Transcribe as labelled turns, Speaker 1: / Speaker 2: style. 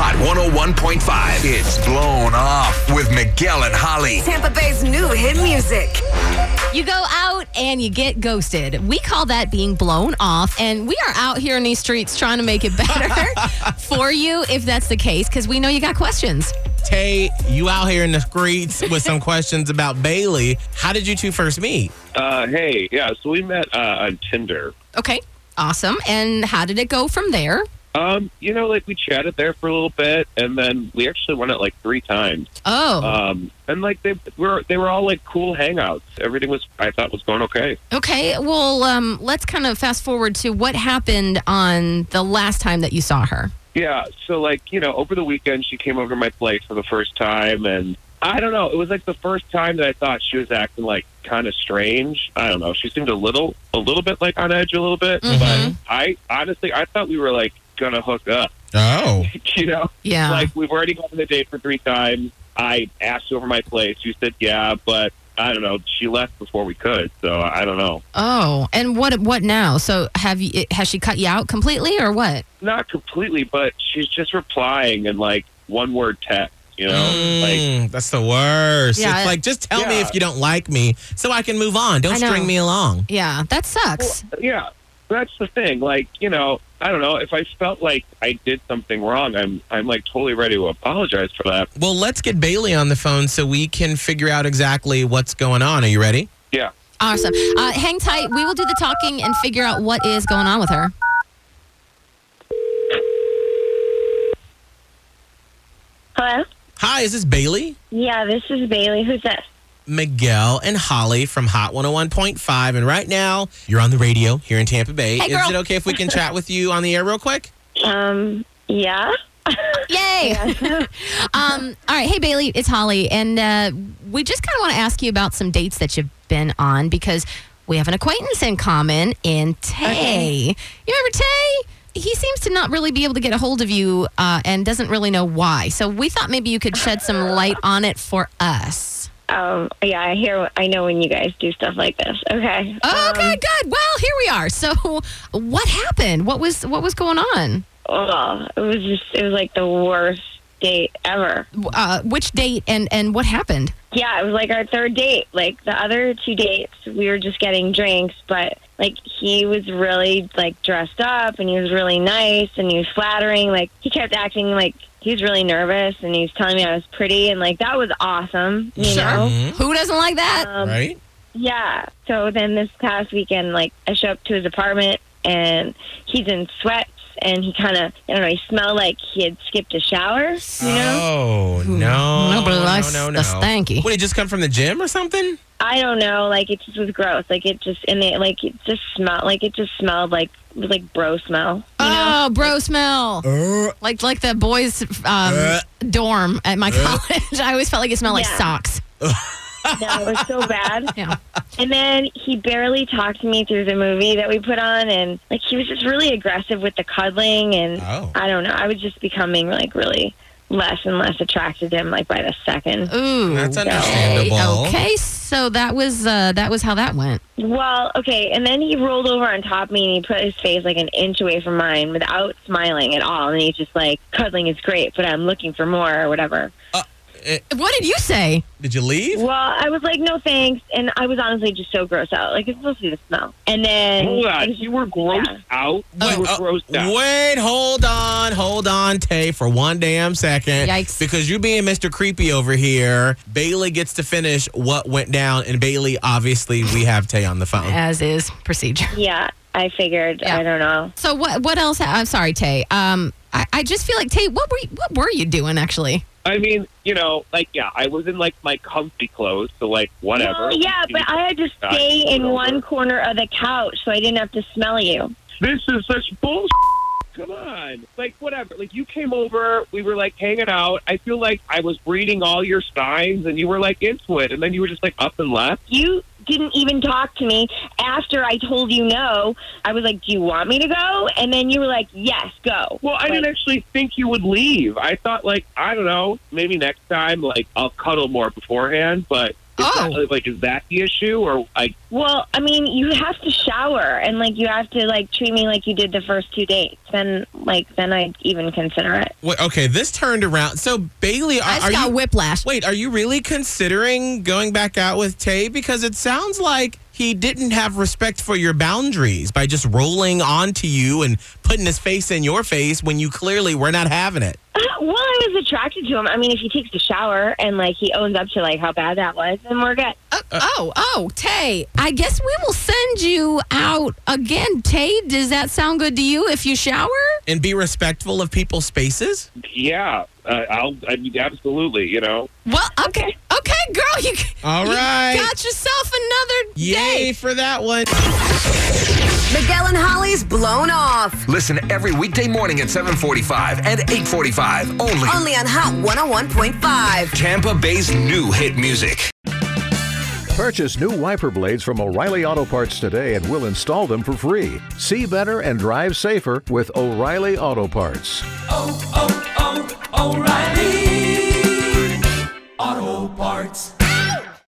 Speaker 1: Hot 101.5. It's blown off with Miguel and Holly.
Speaker 2: Tampa Bay's new hit music.
Speaker 3: You go out and you get ghosted. We call that being blown off, and we are out here in these streets trying to make it better for you if that's the case, because we know you got questions.
Speaker 4: Tay, you out here in the streets with some questions about Bailey. How did you two first meet?
Speaker 5: Uh, hey, yeah. So we met uh, on Tinder.
Speaker 3: Okay, awesome. And how did it go from there?
Speaker 5: Um, you know, like we chatted there for a little bit, and then we actually went out like three times.
Speaker 3: Oh,
Speaker 5: Um, and like they were, they were all like cool hangouts. Everything was, I thought, was going okay.
Speaker 3: okay. Well, um, let's kind of fast forward to what happened on the last time that you saw her.
Speaker 5: Yeah. So like, you know, over the weekend she came over to my place for the first time, and I don't know, it was like the first time that I thought she was acting like kind of strange. I don't know. She seemed a little, a little bit like on edge, a little bit. But
Speaker 3: Mhm.
Speaker 5: I honestly, I thought we were like gonna hook up.
Speaker 4: Oh.
Speaker 5: you know.
Speaker 4: Uh.
Speaker 3: Yeah.
Speaker 5: Like we've already gone on the date for three times. I asked over my place. You said yeah, but I don't know. She left before we could, so I don't know.
Speaker 3: oh, and what? What now? So have you? Has she cut you out completely, or what?
Speaker 5: Not completely, but she's just replying in like one word text. You know, like
Speaker 4: Mm, that's the worst.
Speaker 3: Yeah,
Speaker 4: it's
Speaker 3: I-
Speaker 4: like, just tell me
Speaker 5: Yeah.
Speaker 4: if you don't like me so I can move on. Don't
Speaker 3: I know.
Speaker 4: string me along.
Speaker 3: Yeah, that sucks.
Speaker 5: yeah, that's the thing. Like you know, I don't know. If I felt like I did something wrong, I'm I'm like totally ready to apologize for that.
Speaker 4: Well, let's get Bailey on the phone so we can figure out exactly what's going on. Are you ready?
Speaker 5: Yeah.
Speaker 3: Awesome. Uh, hang tight. We will do the talking and figure out what is going on with her.
Speaker 6: Hello?
Speaker 4: Hi, is this Bailey?
Speaker 6: Yeah, this is Bailey. Who's this?
Speaker 4: Miguel and Holly from Hot 101.5. And right now, you're on the radio here in Tampa Bay.
Speaker 3: Hey,
Speaker 4: Is
Speaker 3: girl.
Speaker 4: it okay if we can chat with you on the air real quick?
Speaker 6: Um, yeah?
Speaker 3: Yay! um, all right, hey Bailey, it's Holly, and uh, we just kind of want to ask you about some dates that you've been on because we have an acquaintance in common in Tay. You remember Tay? He seems to not really be able to get a hold of you uh, and doesn't really know why. So we thought maybe you could shed some light on it for us.
Speaker 6: Um, yeah, I hear, I know when you guys do stuff like this. Okay.
Speaker 3: Okay, good. Well, here we are. So, what happened? What was what was going on?
Speaker 6: Um, oh, it was just, it was like the worst date ever.
Speaker 3: Uh, which date and and what happened?
Speaker 6: Yeah, it was like our third date. Like the other two dates, we were just getting drinks, but like he was really like dressed up and he was really nice and he was flattering. Like he kept acting like he was really nervous and he was telling me I was pretty and like that was awesome, you
Speaker 3: Sure.
Speaker 6: know?
Speaker 4: Mhm.
Speaker 3: Who doesn't like that?
Speaker 6: Um,
Speaker 4: right?
Speaker 6: Yeah. So then this past weekend, like I show up to his apartment and he's in sweats and he kind of I don't know he smelled like he had skipped a shower. You know.
Speaker 4: Oh, no.
Speaker 3: Nobody likes
Speaker 4: no, no, no.
Speaker 3: the stanky.
Speaker 4: What, he just come from the gym or something?
Speaker 6: I don't know. Like it just was gross. Like it just and it like it just smelled like it just smelled like it was like bro smell. You know.
Speaker 3: Oh, bro smell.
Speaker 4: Uh,
Speaker 3: Like like the boys' um,
Speaker 4: Uh.
Speaker 3: dorm at my college. I always felt like it smelled like
Speaker 6: Yeah.
Speaker 3: socks.
Speaker 6: No, it was so bad.
Speaker 3: Yeah.
Speaker 6: And then he barely talked to me through the movie that we put on, and like he was just really aggressive with the cuddling, and
Speaker 4: Oh.
Speaker 6: I don't know. I was just becoming like really less and less attracted to him like by the second.
Speaker 3: Ooh.
Speaker 4: That's
Speaker 3: okay.
Speaker 4: understandable.
Speaker 3: Okay, so that was uh, that was how that went.
Speaker 6: Well, okay, and then he rolled over on top of me and he put his face like an inch away from mine without smiling at all, and he's just like, "Cuddling is great, but I'm looking for more or whatever."
Speaker 3: What did you say?
Speaker 4: Did you leave?
Speaker 6: Well, I was like, "No thanks," and I was honestly just so gross out. Like it's supposed to be the smell. And then
Speaker 5: Hold on,
Speaker 6: and he-
Speaker 5: you were grossed
Speaker 6: Yeah.
Speaker 5: out.
Speaker 4: Wait,
Speaker 5: you were
Speaker 4: uh,
Speaker 5: grossed out.
Speaker 4: Wait, hold on, hold on, Tay, for one damn second.
Speaker 3: Yikes.
Speaker 4: Because you being Mr. Creepy over here, Bailey gets to finish what went down, and Bailey, obviously, we have Tay on the phone.
Speaker 3: As is procedure.
Speaker 6: yeah, I figured.
Speaker 3: Yeah.
Speaker 6: I don't know.
Speaker 3: So what what else? I'm sorry, Tay. Um, I, I just feel like Tay. What were you, what were you doing actually?
Speaker 5: I mean, you know, like yeah, I was in like my comfy clothes, so like whatever.
Speaker 6: Well, yeah, but I had to
Speaker 5: God,
Speaker 6: stay in
Speaker 5: whatever.
Speaker 6: one corner of the couch so I didn't have to smell you.
Speaker 5: This is such bullshit. come on. Like, whatever. Like, you came over, we were like hanging out. I feel like I was reading all your signs and you were like into it. And then you were just like up and left.
Speaker 6: You didn't even talk to me after I told you no. I was like, Do you want me to go? And then you were like, Yes, go.
Speaker 5: Well, I
Speaker 6: Like,
Speaker 5: didn't actually think you would leave. I thought, like, I don't know, maybe next time, like, I'll cuddle more beforehand. But is
Speaker 3: Oh.
Speaker 5: that, like, is that the issue? Or, like,
Speaker 6: Well, I mean, you have to shower and like you have to like treat me like you did the first two dates. Then like then I'd even consider it.
Speaker 4: Wait, okay, this turned around. So Bailey,
Speaker 3: I
Speaker 4: are,
Speaker 3: just
Speaker 4: are
Speaker 3: got
Speaker 4: you
Speaker 3: whiplash.
Speaker 4: wait? Are you really considering going back out with Tay? Because it sounds like he didn't have respect for your boundaries by just rolling onto you and putting his face in your face when you clearly were not having it.
Speaker 6: Well, I was attracted to him. I mean, if he takes a shower and like he owns up to like how bad that was, then we're good.
Speaker 3: Oh, oh, oh, Tay. I guess we will send you out again. Tay, does that sound good to you if you shower?
Speaker 4: And be respectful of people's spaces.
Speaker 5: yeah, uh, I'll, I mean, absolutely, you know.
Speaker 3: Well, okay. Okay, girl, you,
Speaker 4: All
Speaker 3: you
Speaker 4: right.
Speaker 3: got yourself another day.
Speaker 4: Yay for that one.
Speaker 2: Miguel and Holly's blown off.
Speaker 1: Listen every weekday morning at 745 and 845 only.
Speaker 2: Only on Hot 101.5.
Speaker 1: Tampa Bay's new hit music.
Speaker 7: Purchase new wiper blades from O'Reilly Auto Parts today and we'll install them for free. See better and drive safer with O'Reilly Auto Parts.
Speaker 8: oh, oh, O'Reilly. oh, Auto Parts.